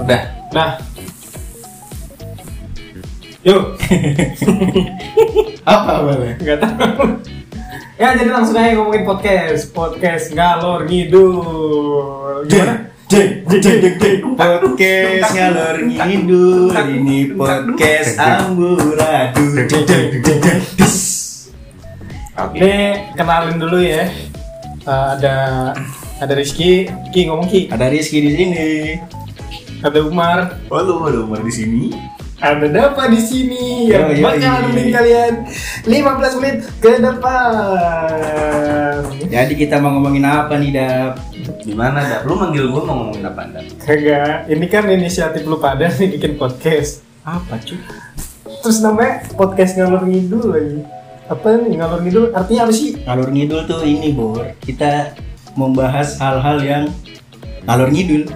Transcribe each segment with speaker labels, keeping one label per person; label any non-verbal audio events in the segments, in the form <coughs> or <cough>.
Speaker 1: Udah.
Speaker 2: Nah. Yuk. <laughs>
Speaker 1: Apa boleh?
Speaker 2: Enggak tahu. Ya jadi langsung aja ngomongin podcast, podcast ngalor ngidul. Gimana?
Speaker 1: Jeng, jeng, jeng, jeng, jeng. Podcast ngalor ngidul ini podcast amburadul. Jeng, jeng, jeng, jeng. Dis.
Speaker 2: Ini kenalin dulu ya. Eh, ada ada Rizky, Ki ngomong Ki.
Speaker 1: Ada Rizky di sini.
Speaker 2: Ada Umar,
Speaker 1: Halo, halo, Umar di sini.
Speaker 2: ada Dapa di sini yang
Speaker 1: Yo, yo,
Speaker 2: bakal
Speaker 1: yo.
Speaker 2: nemenin kalian 15 menit ke depan.
Speaker 1: Jadi kita mau ngomongin apa nih, Dap?
Speaker 3: Gimana Dap? Lu manggil gua mau ngomongin apa Dap?
Speaker 2: Kagak, ini kan inisiatif lu pada <laughs> nih bikin podcast.
Speaker 1: Apa, cuy?
Speaker 2: Terus namanya podcast ngalor ngidul lagi. Apa nih ngalor ngidul? Artinya apa sih?
Speaker 1: Ngalor ngidul tuh ini, Bor. Kita membahas hal-hal yang ngalor ngidul.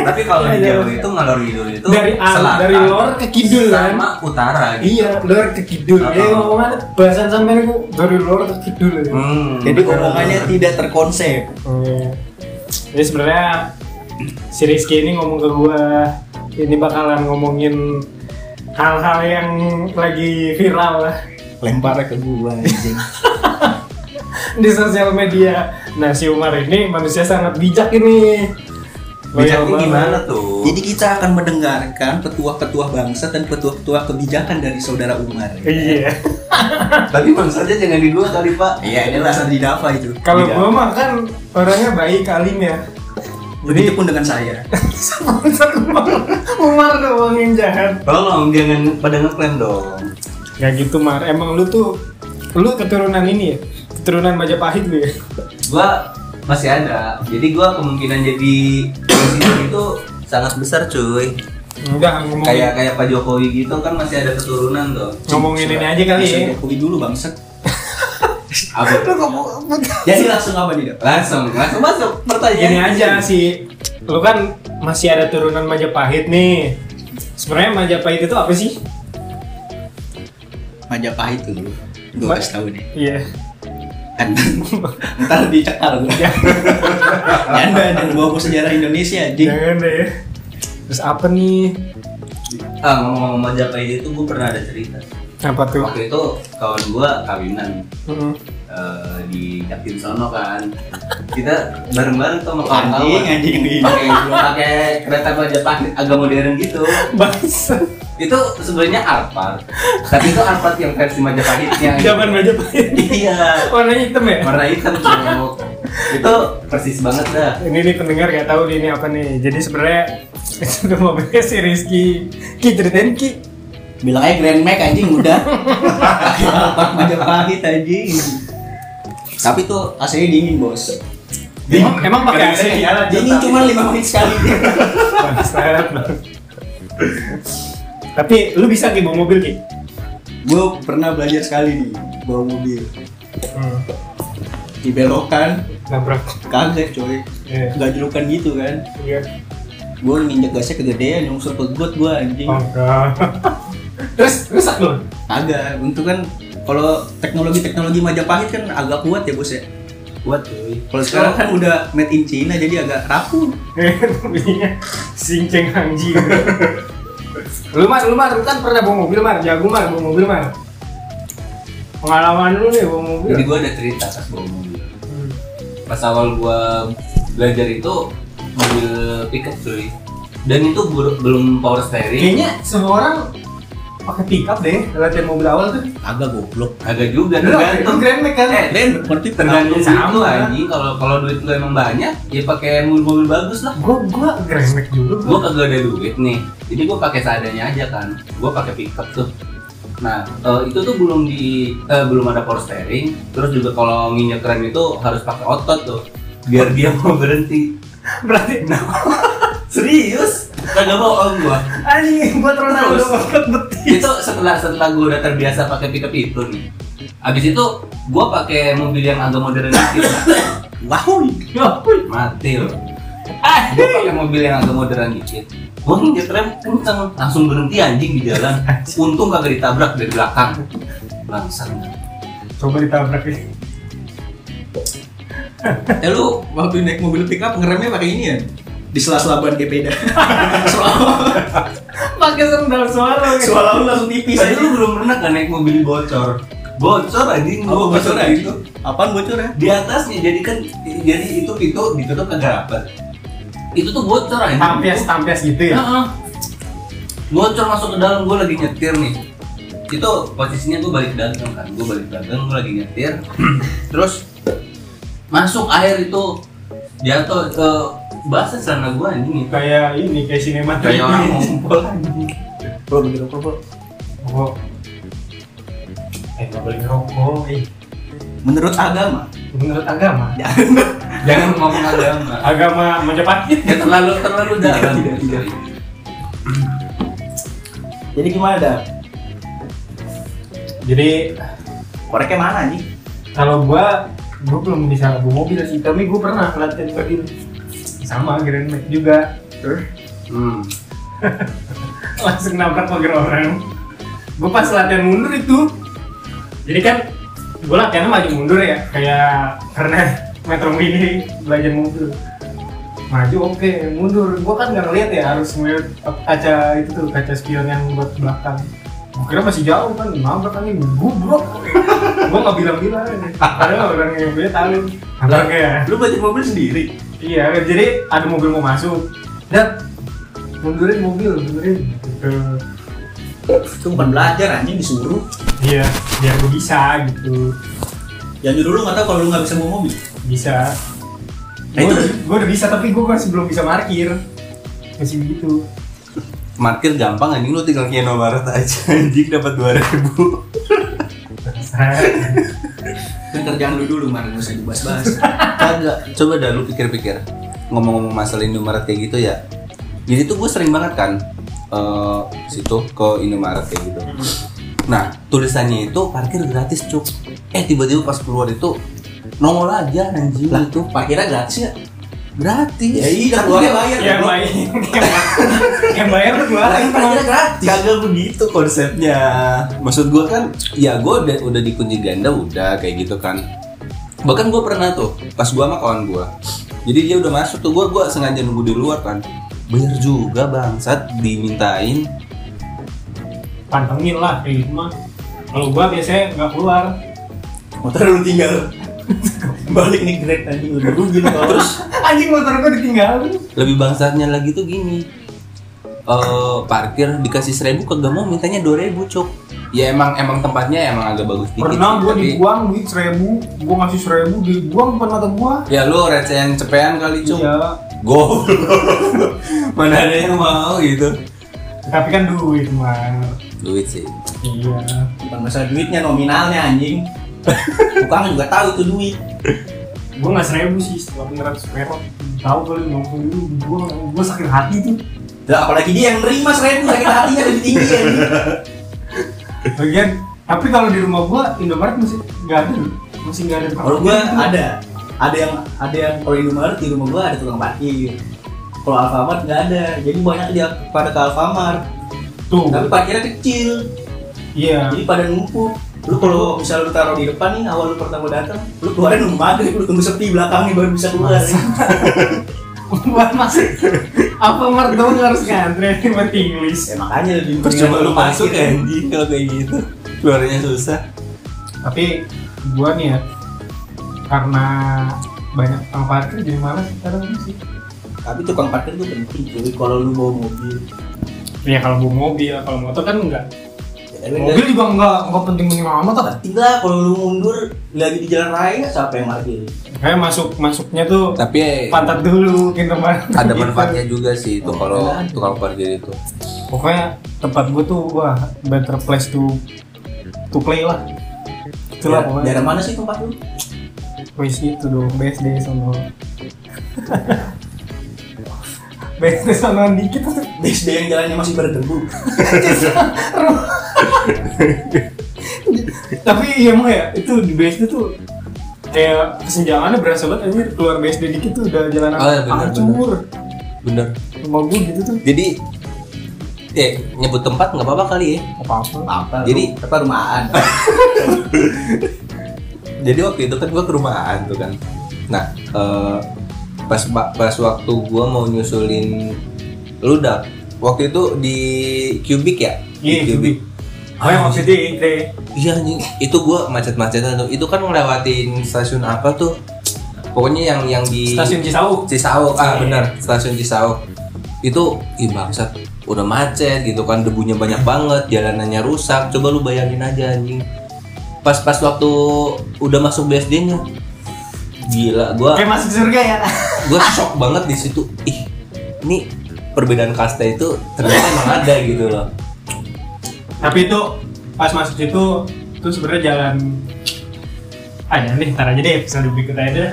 Speaker 3: Tapi kalau di
Speaker 2: Iya,
Speaker 3: Jawa
Speaker 2: iya.
Speaker 3: itu ngalor ngidul itu
Speaker 2: Dari al- dari lor ke kidul, kan?
Speaker 3: sama utara gitu.
Speaker 2: Iya, lor ke kidul.
Speaker 3: Apa?
Speaker 2: Ya ngomongan bahasan sampean aku dari lor ke kidul. Ya.
Speaker 3: Hmm,
Speaker 1: Jadi
Speaker 3: bener.
Speaker 1: omongannya tidak terkonsep.
Speaker 2: Iya. Jadi sebenarnya si Rizky ini ngomong ke gua ini bakalan ngomongin hal-hal yang lagi viral lah <laughs>
Speaker 1: Lempar ke gua, anjing.
Speaker 2: di sosial media. Nah si Umar ini manusia sangat bijak ini. Loyal
Speaker 3: bijaknya
Speaker 2: banget.
Speaker 3: gimana tuh?
Speaker 1: Jadi kita akan mendengarkan petua-petua bangsa dan petua-petua kebijakan dari saudara Umar.
Speaker 2: Iya.
Speaker 3: Tapi bangsanya jangan di gua kali Pak. Iya inilah.
Speaker 1: Dasar di Dava itu.
Speaker 2: Kalau
Speaker 1: Tidak.
Speaker 2: gua mah kan orangnya baik alim ya.
Speaker 1: begitu gitu pun dengan saya.
Speaker 2: Sponsor Umar, Umar doang yang jahat.
Speaker 3: Tolong jangan pada ngeklaim dong.
Speaker 2: Gak gitu Mar, emang lu tuh lu keturunan ini ya? Keturunan Majapahit lu ya?
Speaker 3: Gua masih ada. Jadi gua kemungkinan jadi presiden itu sangat besar cuy.
Speaker 2: Enggak ngomongin
Speaker 3: Kayak kayak Pak Jokowi gitu kan masih ada keturunan tuh.
Speaker 2: ngomongin ini aja kali ya.
Speaker 1: Bisa Jokowi dulu bangset.
Speaker 3: Apa?
Speaker 1: Jadi langsung apa nih, Dap?
Speaker 3: Langsung, langsung masuk pertanyaan.
Speaker 2: Gini aja sih, lu kan masih ada turunan Majapahit nih. Sebenarnya Majapahit itu apa sih?
Speaker 1: Majapahit dulu.
Speaker 2: Ma-
Speaker 1: Gua kasih tahu nih.
Speaker 2: Iya.
Speaker 1: Kan ntar dicekal gua. Nyanda dan bawa ke sejarah Indonesia anjing.
Speaker 2: Jangan deh. ya. Terus apa nih?
Speaker 3: Ah, ngomong-ngomong Majapahit itu gue pernah ada cerita.
Speaker 2: Apa tuh?
Speaker 3: Waktu itu kawan gue kawinan
Speaker 2: Mm-mm.
Speaker 3: eh, di Yakin Sono kan. Kita bareng-bareng tuh sama
Speaker 1: Anjing,
Speaker 3: kawan-kawan.
Speaker 1: anjing ini.
Speaker 3: Pakai pakai kereta Majapahit agak modern gitu.
Speaker 2: Bangsa.
Speaker 3: Itu sebenarnya Alphard, tapi itu Alphard yang
Speaker 1: <laughs>
Speaker 3: versi Majapahitnya. gitu.
Speaker 2: Zaman Majapahit.
Speaker 3: Iya.
Speaker 2: Warnanya hitam ya?
Speaker 3: Warna hitam cowok. itu persis banget dah.
Speaker 2: Ini nih pendengar gak tahu nih ini apa nih. Jadi sebenarnya itu mobilnya si Rizky. Ki ceritain Ki.
Speaker 1: Bilang aja Grand Mac anjing udah. Pakai Alphard Majapahit anjing. Tapi tuh AC-nya dingin, Bos.
Speaker 2: Emang, emang pakai AC?
Speaker 1: Dingin cuma 5 menit sekali.
Speaker 2: Bangsat. Tapi lu bisa Ki bawa mobil Ki?
Speaker 1: gue pernah belajar sekali nih bawa mobil di belokan
Speaker 2: Hmm. Nabrak.
Speaker 1: kaget coy
Speaker 2: Iya.
Speaker 1: nggak jelukan gitu kan
Speaker 2: Iya.
Speaker 1: gue nginjek gasnya kegedean nyungsur ke got gue anjing
Speaker 2: Bangga. Iya. Terus rusak lu?
Speaker 1: kagak untuk kan kalau teknologi teknologi majapahit kan agak kuat ya bos ya
Speaker 3: Buat cuy.
Speaker 1: kalau sekarang kan udah made in China jadi agak rapuh
Speaker 2: Mobilnya singceng hangji. lu mar, lu mar, lu kan pernah bawa mobil mar, jago mar, bawa mobil mar. Pengalaman lu nih bawa mobil. Hmm.
Speaker 3: Jadi gue ada cerita pas bawa mobil. pas awal gua belajar itu mobil pickup cuy dan itu bur- belum power steering
Speaker 2: Kayaknya semua orang pakai pickup deh latihan mobil awal tuh.
Speaker 1: agak goblok
Speaker 3: agak juga
Speaker 2: Lu itu
Speaker 3: tergantung
Speaker 2: Grand Max kan?
Speaker 3: eh Den
Speaker 1: berarti
Speaker 3: tergantung
Speaker 2: Sama.
Speaker 3: sama lagi kalau kalau duit lu emang banyak ya pakai mobil mobil bagus lah
Speaker 2: Gua gua Grand Max dulu.
Speaker 3: gua kagak ada duit nih jadi gua pakai seadanya aja kan gua pakai pickup tuh nah eh, itu tuh belum di eh, belum ada power steering terus juga kalau nginjek rem itu harus pakai otot tuh biar dia mau berhenti <laughs>
Speaker 2: Berarti
Speaker 3: Nah. serius kagak bohong gua
Speaker 2: anjing gua terus
Speaker 3: Terus.
Speaker 2: ngangkat beti.
Speaker 3: itu setelah setelah gue udah terbiasa pakai pickup itu nih abis itu gue pakai mobil yang agak modern dikit
Speaker 1: wow
Speaker 2: Ya
Speaker 3: mati loh gue pakai mobil yang agak modern dikit gue nginjek rem kenceng langsung berhenti anjing di jalan untung kagak ditabrak dari belakang langsung
Speaker 2: Coba ditabrak nih.
Speaker 4: Eh lu waktu naik mobil pick up ngeremnya pakai ini ya? Di sela-sela ban kayak peda. Soalnya
Speaker 2: pakai sendal
Speaker 1: <laughs>
Speaker 2: suara gitu.
Speaker 1: Soalnya lu langsung tipis
Speaker 3: Tadi
Speaker 1: aja.
Speaker 3: lu belum pernah kan naik mobil bocor? Iya. Bocor anjing
Speaker 4: Apa
Speaker 3: gua
Speaker 4: bocor,
Speaker 3: bocor
Speaker 4: anjing?
Speaker 3: itu.
Speaker 1: ya? Apaan ya? bocornya?
Speaker 3: Di atasnya jadi kan jadi itu pintu ditutup kagak rapat. Itu tuh bocor anjing.
Speaker 2: tampias tampias gitu ya
Speaker 3: Heeh. Bocor masuk ke dalam gue lagi nyetir nih. Itu posisinya gue balik dagang kan, gue balik dagang gue lagi nyetir. <clears throat> Terus masuk air itu jatuh ke bahasa celana gue anjing itu.
Speaker 2: kayak ini kayak sinema Eh,
Speaker 3: Kayak orang ngumpul anjing.
Speaker 4: Bro, begitu bro, bro.
Speaker 2: oh. eh nggak boleh ngerokok eh.
Speaker 4: Menurut agama,
Speaker 2: menurut agama
Speaker 3: <laughs> Jangan ngomong agama.
Speaker 2: agama menjepit
Speaker 3: Ya terlalu terlalu dalam.
Speaker 4: Tidak, tidak.
Speaker 1: Jadi gimana dah?
Speaker 2: jadi
Speaker 1: Koreknya mana anjing?
Speaker 2: kalau gua gua belum bisa ngebu mobil sih tapi gua pernah latihan mobil sama Grand Max juga
Speaker 1: Er,
Speaker 3: Hmm.
Speaker 2: <laughs> langsung nabrak pagar orang gua pas latihan mundur itu jadi kan gua latihannya maju mundur ya kayak karena <laughs> metro mini belajar mobil maju oke mundur gua kan nggak ngeliat ya harus ngeliat kaca itu tuh kaca spion yang buat belakang Gua kira masih jauh kan nabrak angin gubrok <laughs> gua nggak bilang-bilang padahal orang yang punya tahu nabrak ya
Speaker 4: Eh, Lu baca mobil sendiri.
Speaker 2: Iya, jadi ada mobil mau masuk. Dan mundurin mobil, mundurin. Gitu.
Speaker 1: Itu bukan belajar anjing disuruh.
Speaker 2: Iya, biar gue bisa gitu.
Speaker 1: Yang nyuruh lu nggak tahu kalau lu nggak bisa bawa mobil.
Speaker 2: Bisa.
Speaker 4: Nah,
Speaker 2: Gue
Speaker 4: itu-
Speaker 2: gue udah bisa tapi gue masih belum bisa parkir. Masih gitu. begitu.
Speaker 3: Markir gampang anjing lu tinggal ke Indomaret aja anjing dapat 2000.
Speaker 4: Kan kerjaan lu dulu, man, nggak usah dibahas-bahas.
Speaker 3: Kagak, coba dah lu pikir-pikir Ngomong-ngomong masalah Indomaret kayak gitu ya Jadi tuh gue sering banget kan eh, Situ ke Indomaret kayak gitu Nah, tulisannya itu parkir gratis cuk Eh tiba-tiba pas keluar itu Nongol aja anjing
Speaker 4: Lah,
Speaker 3: itu
Speaker 4: parkirnya gratis ya?
Speaker 3: Gratis
Speaker 4: Ya iya,
Speaker 3: Kan
Speaker 4: keluarnya
Speaker 3: gua-
Speaker 4: bayar.
Speaker 2: yang
Speaker 4: bro.
Speaker 2: bayar, yang bayar tuh gue.
Speaker 3: Lah, kan parkirnya
Speaker 4: gratis.
Speaker 3: Kagak begitu konsepnya Maksud gue kan Ya gue udah, udah dikunci ganda udah kayak gitu kan Bahkan gue pernah tuh Pas gue sama kawan gue Jadi dia udah masuk tuh Gue gua sengaja nunggu di luar kan Bayar juga bangsat Dimintain
Speaker 2: Pantengin lah kayak gitu mah. Kalau gue biasanya nggak keluar.
Speaker 1: <laughs> Motor lu tinggal. <laughs> Balik nih grade anjing udah rugi lu kalau.
Speaker 2: Anjing motor gue ditinggalin.
Speaker 3: Lebih bangsatnya lagi tuh gini eh parkir dikasih seribu kagak mau mintanya dua ribu cok ya emang emang tempatnya emang agak bagus dikit
Speaker 2: Pernah
Speaker 3: sih,
Speaker 2: gue
Speaker 3: tapi-
Speaker 2: dibuang duit seribu, gue ngasih seribu dibuang depan mata gue.
Speaker 3: ya lu receh yang cepean kali cok
Speaker 2: Iya,
Speaker 3: Goblok. Mana ada yang mau gitu.
Speaker 2: tapi kan duit mah.
Speaker 3: Duit sih.
Speaker 2: Iya.
Speaker 1: Bukan masalah duitnya nominalnya anjing. Tukang juga tahu itu duit.
Speaker 2: gue nggak seribu sih setelah beneran seribu tahu kali ngomong dulu gue gue sakit hati tuh
Speaker 1: Lah apalagi dia yang nerima seribu sakit hatinya lebih tinggi ya.
Speaker 2: bagian tapi kalau di rumah gue Indomaret masih nggak ada masih nggak ada
Speaker 1: Kalau gua ada ada yang ada yang kalau Indomaret di rumah gua ada tukang parkir. Kalau Alfamart nggak ada, jadi banyak dia pada ke Alfamart.
Speaker 2: tuh
Speaker 1: Tapi parkirnya kecil,
Speaker 2: iya <laughs>
Speaker 1: jadi pada numpuk. Lu kalau misalnya lu taruh di depan nih awal lu pertama datang, lu keluarin lu maghrib, <laughs> lu tunggu sepi belakangnya baru bisa keluar.
Speaker 2: buat masih apa mertua harus ngantri <laughs> di mati Inggris
Speaker 1: Ya makanya lebih
Speaker 3: Percuma
Speaker 1: mendingan
Speaker 3: lu masuk ya,
Speaker 1: parkir.
Speaker 3: anjing kalau kayak gitu. Keluarnya susah.
Speaker 2: tapi gue nih ya karena banyak orang parkir jadi malas sekarang sih
Speaker 1: Tapi tukang parkir itu penting, jadi kalau lu bawa mobil,
Speaker 2: ya kalau bawa mobil kalau motor kan enggak
Speaker 1: ya,
Speaker 2: mobil juga enggak enggak penting penting sama motor kan
Speaker 1: Tinggal kalau lu mundur lagi di jalan raya siapa yang parkir?
Speaker 2: kayak masuk masuknya tuh
Speaker 3: Tapi ya,
Speaker 2: pantat dulu gitu
Speaker 3: ada manfaatnya juga sih
Speaker 1: Oh,
Speaker 3: itu kalau tukang parkir itu.
Speaker 2: <laughs> pokoknya tempat gue tuh wah better place to to play lah itulah
Speaker 3: Iya,
Speaker 1: Ya,
Speaker 2: pokoknya
Speaker 1: daerah mana sih tempat lu?
Speaker 2: wis itu dong BSD <laughs> sono BSD sono dikit <laughs>
Speaker 1: BSD yang jalannya masih berdebu.
Speaker 2: tapi iya mah ya itu di BSD tuh kayak kesenjangannya berasa banget anjir keluar BSD dikit tuh udah jalanan
Speaker 3: Oh, iya, bener,
Speaker 2: acur
Speaker 3: Bener.
Speaker 2: rumah gue gitu tuh
Speaker 3: Jadi eh nyebut tempat nggak apa-apa kali ya.
Speaker 2: apa apa
Speaker 1: Apa?
Speaker 3: Jadi-
Speaker 1: apa rumahan?
Speaker 3: Jadi waktu itu kan gua ke rumahan tuh kan. Nah, eh, pas ba- pas waktu gua mau nyusulin ludak, waktu itu di Cubic ya? Di
Speaker 2: Iya, Cubic. Oh yang maksudnya itu
Speaker 3: Ah, Iya anjing, itu gua macet-macetan tuh. Itu kan ngelewatin stasiun apa tuh? Pokoknya yang yang di
Speaker 2: stasiun Cisauk.
Speaker 3: Cisauk. Ah,
Speaker 2: Iya.
Speaker 3: benar, stasiun Cisauk. Itu ih bangsat, udah macet gitu kan, debunya banyak banget, jalanannya rusak. Coba lu bayangin aja anjing. Pas-pas waktu udah masuk BSD-nya. Gila, gua
Speaker 2: Kayak masuk surga ya. <laughs>
Speaker 3: gue shock banget di situ ih ini perbedaan kasta itu ternyata emang ada gitu loh
Speaker 2: Tapi itu pas masuk situ itu sebenarnya jalan Ah jangan deh, ntar aja deh episode berikut aja deh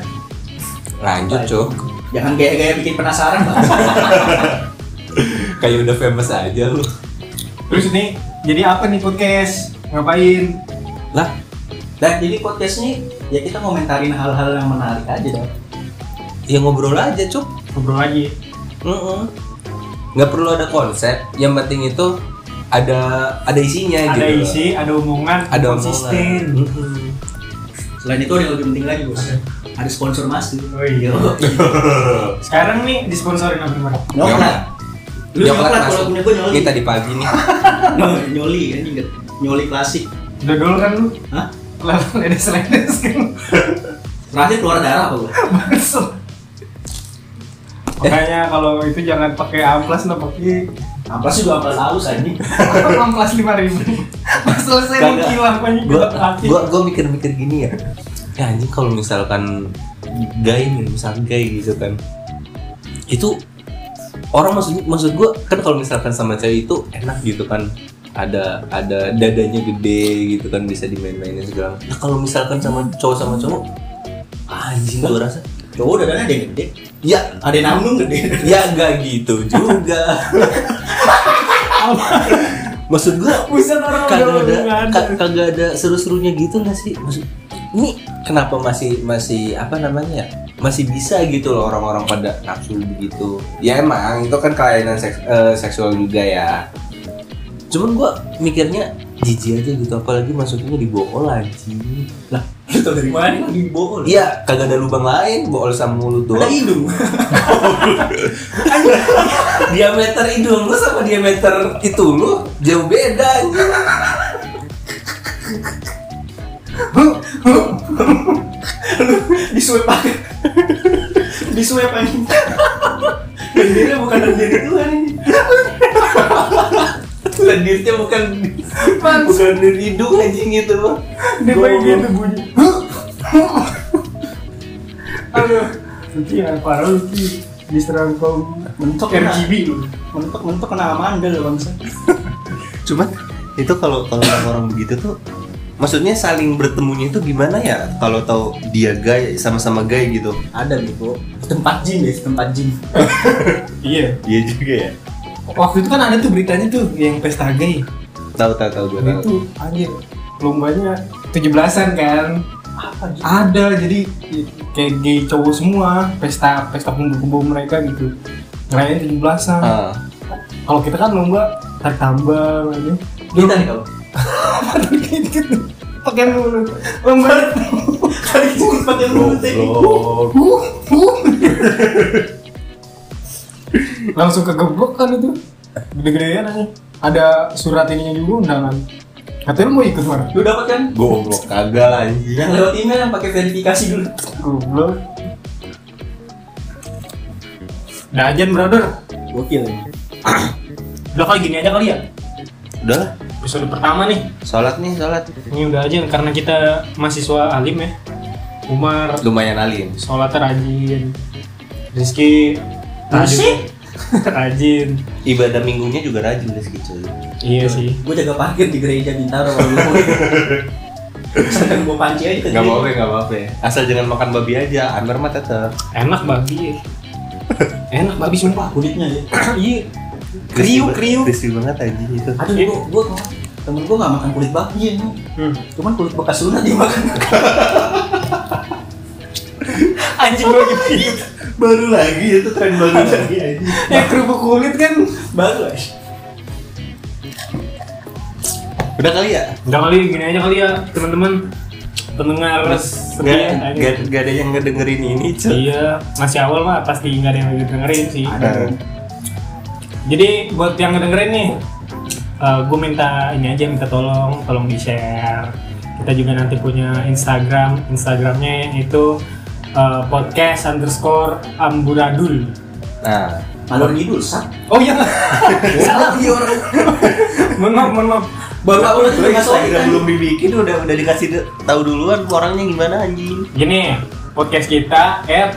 Speaker 3: lanjut cok
Speaker 1: Jangan gaya-gaya bikin penasaran bang.
Speaker 3: <laughs> kayak udah famous aja lu
Speaker 2: Terus ini, jadi apa nih podcast? Ngapain?
Speaker 3: lah
Speaker 1: Dan jadi podcast ini ya kita komentarin hal-hal yang menarik aja dong.
Speaker 3: ya ngobrol aja cok
Speaker 2: Ngobrol lagi
Speaker 3: Mm-mm. nggak perlu ada konsep yang penting itu ada ada isinya
Speaker 2: Ada
Speaker 3: gitu loh.
Speaker 2: isi, ada omongan,
Speaker 3: ada omongan.
Speaker 2: konsisten
Speaker 3: Mm-mm.
Speaker 1: Selain itu ada yang lebih penting lagi bos. Ada sponsor masuk.
Speaker 2: Oh iya Sekarang nih disponsorin sama Bima.
Speaker 3: Nyoklat.
Speaker 1: Nyoklat. Lu
Speaker 3: Nyoklat
Speaker 1: nyoklat kalau
Speaker 3: masuk.
Speaker 1: punya gue nyoli.
Speaker 3: ini tadi pagi nih
Speaker 1: <laughs> Nyoli kan inget. Nyoli klasik.
Speaker 2: Dodol kan lu?
Speaker 1: Hah?
Speaker 2: Lalu <laughs> ledes-ledes kan
Speaker 1: Terakhir keluar darah apa gue?
Speaker 2: Bangsat. Makanya kalau itu jangan pakai amplas lah pakai <laughs>
Speaker 1: Apa sih gue amplas halus anjing?
Speaker 2: amplas lima
Speaker 3: <laughs>
Speaker 2: ribu. Pas selesai
Speaker 3: Kagak.
Speaker 2: mengkilang banyak
Speaker 3: gua
Speaker 2: gelap hati.
Speaker 3: gua gua mikir-mikir gini ya ya anjing kalau misalkan gay nih misal gay gitu kan itu orang maksud maksud gua kan kalau misalkan sama cewek itu enak gitu kan ada ada dadanya gede gitu kan bisa dimain-mainin segala nah kalau misalkan sama cowok sama cowok anjing gua rasa
Speaker 1: Cowok dadanya ada yang gede.
Speaker 3: ya
Speaker 1: Ada yang namnung gede.
Speaker 3: ya gak gitu juga <laughs> maksud gua
Speaker 2: Buset orang
Speaker 3: kagak
Speaker 2: udah
Speaker 3: ada
Speaker 2: nggak Kan ada.
Speaker 3: ka- kagak ada seru-serunya gitu nggak sih Maksud, ini kenapa masih masih apa namanya ya? masih bisa gitu loh orang-orang pada nafsu begitu ya emang itu kan kelainan seks- eh, seksual juga ya cuman gua mikirnya jijik aja gitu apalagi masuknya di bool anjing
Speaker 1: Lu <laughs> tau dari mana? Di bool.
Speaker 3: iya kagak ada lubang lain bool sama mulut
Speaker 1: Ada
Speaker 3: doang
Speaker 1: hidung. <laughs>
Speaker 3: diameter hidung lu sama diameter itu lu jauh beda anjing
Speaker 1: di swipe aja <laughs> di swipe aja <laughs> lendirnya bukan lendir Tuhan <laughs> ini
Speaker 3: lendirnya bukan bukan lendir hidung anjing itu loh
Speaker 2: Dia pakai gitu <laughs> bunyi. Aduh. Lucky ya, parah Lucky. Diserang kaum
Speaker 1: mentok kena
Speaker 2: RGB lu.
Speaker 1: mentok mentok kena amandel bangsa
Speaker 3: cuman itu kalau kalau orang begitu tuh maksudnya saling bertemunya itu gimana ya kalau tahu dia gay sama-sama gay gitu
Speaker 1: ada bego tempat gym deh tempat gym
Speaker 2: Iya.
Speaker 3: iya juga ya
Speaker 2: Waktu itu kan ada tuh beritanya tuh yang pesta gay.
Speaker 3: tahu tahu tahu gue tahu
Speaker 2: itu anjir lombanya 17-an kan ada jadi kayak gay cowok semua pesta pesta kumpul-kumpul mereka gitu ngerayain 17-an
Speaker 3: Ah,
Speaker 2: kalau kita kan lomba tarik tambang aja
Speaker 1: kita nih kau
Speaker 2: gitu pakai mulu lomba
Speaker 1: <laughs> kali itu pakai lunte
Speaker 2: Huh, huh. langsung kegeblok kan itu gede-gedean aja ada surat ininya juga undangan katanya lu mau ikut mana
Speaker 1: lu dapat kan
Speaker 3: goblok kagak lah anjing
Speaker 1: yang lewat email yang pakai verifikasi dulu
Speaker 2: Goblok. Udah ajan, brother.
Speaker 1: gokil
Speaker 2: Udah kali gini aja kali ya.
Speaker 3: udah lah
Speaker 2: Episode pertama nih.
Speaker 3: sholat nih sholat
Speaker 2: Ini udah ajan karena kita mahasiswa alim ya. Umar
Speaker 3: lumayan alim
Speaker 2: sholat rajin. Rizky rajin. rajin.
Speaker 3: ibadah minggunya juga rajin deh gitu
Speaker 2: Iya sih.
Speaker 1: gue jaga parkir di gereja bintaro kalau <laughs> lu mau sedang gue panci aja ke
Speaker 3: nggak
Speaker 1: gereja.
Speaker 3: apa apa nggak ya. apa apa asal jangan makan babi aja Anwar mah tetap
Speaker 2: Enak <laughs> babi. Enak babi sumpah.
Speaker 1: kulitnya ya
Speaker 2: <coughs> Iya.
Speaker 3: Crispy
Speaker 2: Kriuk
Speaker 3: ba-
Speaker 2: kriuk.
Speaker 3: crispy banget anjing itu
Speaker 1: aduh gue gue temen gue nggak makan kulit babi ya
Speaker 2: Hmm.
Speaker 1: cuman kulit bekas sunat dia makan <laughs>
Speaker 2: Anjing gua gitu.
Speaker 3: baru lagi itu tren baru lagi anjing
Speaker 2: <laughs> Ya kerupuk kulit kan.
Speaker 1: baru aja
Speaker 3: udah kali ya
Speaker 2: Udah kali gini aja kali ya, teman-teman. pendengar
Speaker 3: nggak
Speaker 2: setia
Speaker 3: nggak
Speaker 2: tanya.
Speaker 3: nggak ada yang ngedengerin ini cuy
Speaker 2: Iya, masih awal mah pasti nggak ada yang lagi dengerin sih.
Speaker 3: Nah,
Speaker 2: Jadi buat yang ngedengerin nih, gue minta ini aja minta tolong, tolong di share. Kita juga nanti punya Instagram, Instagramnya itu eh, podcast underscore amburadul.
Speaker 3: nah
Speaker 1: Alur ngidul sak.
Speaker 2: Oh iya,
Speaker 1: Salah dia orang.
Speaker 2: mohon maaf, mohon maaf.
Speaker 1: Bapak lu juga
Speaker 3: Udah
Speaker 1: enggak soal
Speaker 3: Instagram kan belum dibikin udah udah dikasih de- tahu duluan orangnya gimana anjing.
Speaker 2: Gini, podcast kita at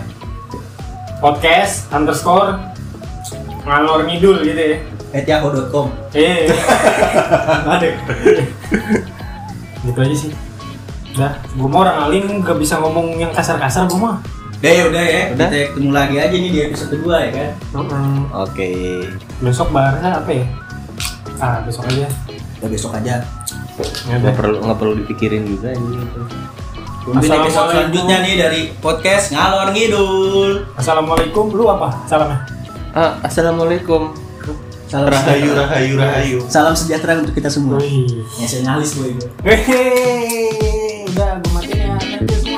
Speaker 2: podcast underscore ngalor ngidul gitu ya.
Speaker 1: etiaho.com.
Speaker 2: Eh,
Speaker 1: Ada.
Speaker 2: gitu aja sih. Udah, gue mau orang alim gak bisa ngomong yang kasar-kasar gue mah.
Speaker 1: Udah ya udah ya.
Speaker 3: Udah?
Speaker 1: Kita ketemu lagi aja nih di episode 2 ya kan.
Speaker 2: Mm-mm.
Speaker 3: Oke.
Speaker 2: besok barangnya apa ya? Ah besok aja.
Speaker 1: Udah besok aja.
Speaker 2: Ya udah.
Speaker 3: Nggak perlu nggak perlu dipikirin juga anjing.
Speaker 1: Mungkin episode
Speaker 2: Assalamualaikum.
Speaker 1: selanjutnya nih dari podcast Ngalor Ngidul.
Speaker 2: Assalamualaikum, lu apa salamnya?
Speaker 3: Ah, assalamualaikum.
Speaker 1: Salam
Speaker 3: Rahayu
Speaker 1: sejahtera.
Speaker 3: rahayu rahayu.
Speaker 1: Salam sejahtera untuk kita semua.
Speaker 2: Wih.
Speaker 1: Ya, saya nyalis gue.
Speaker 2: Hehehe, udah gue matiin ya. Thank you semua.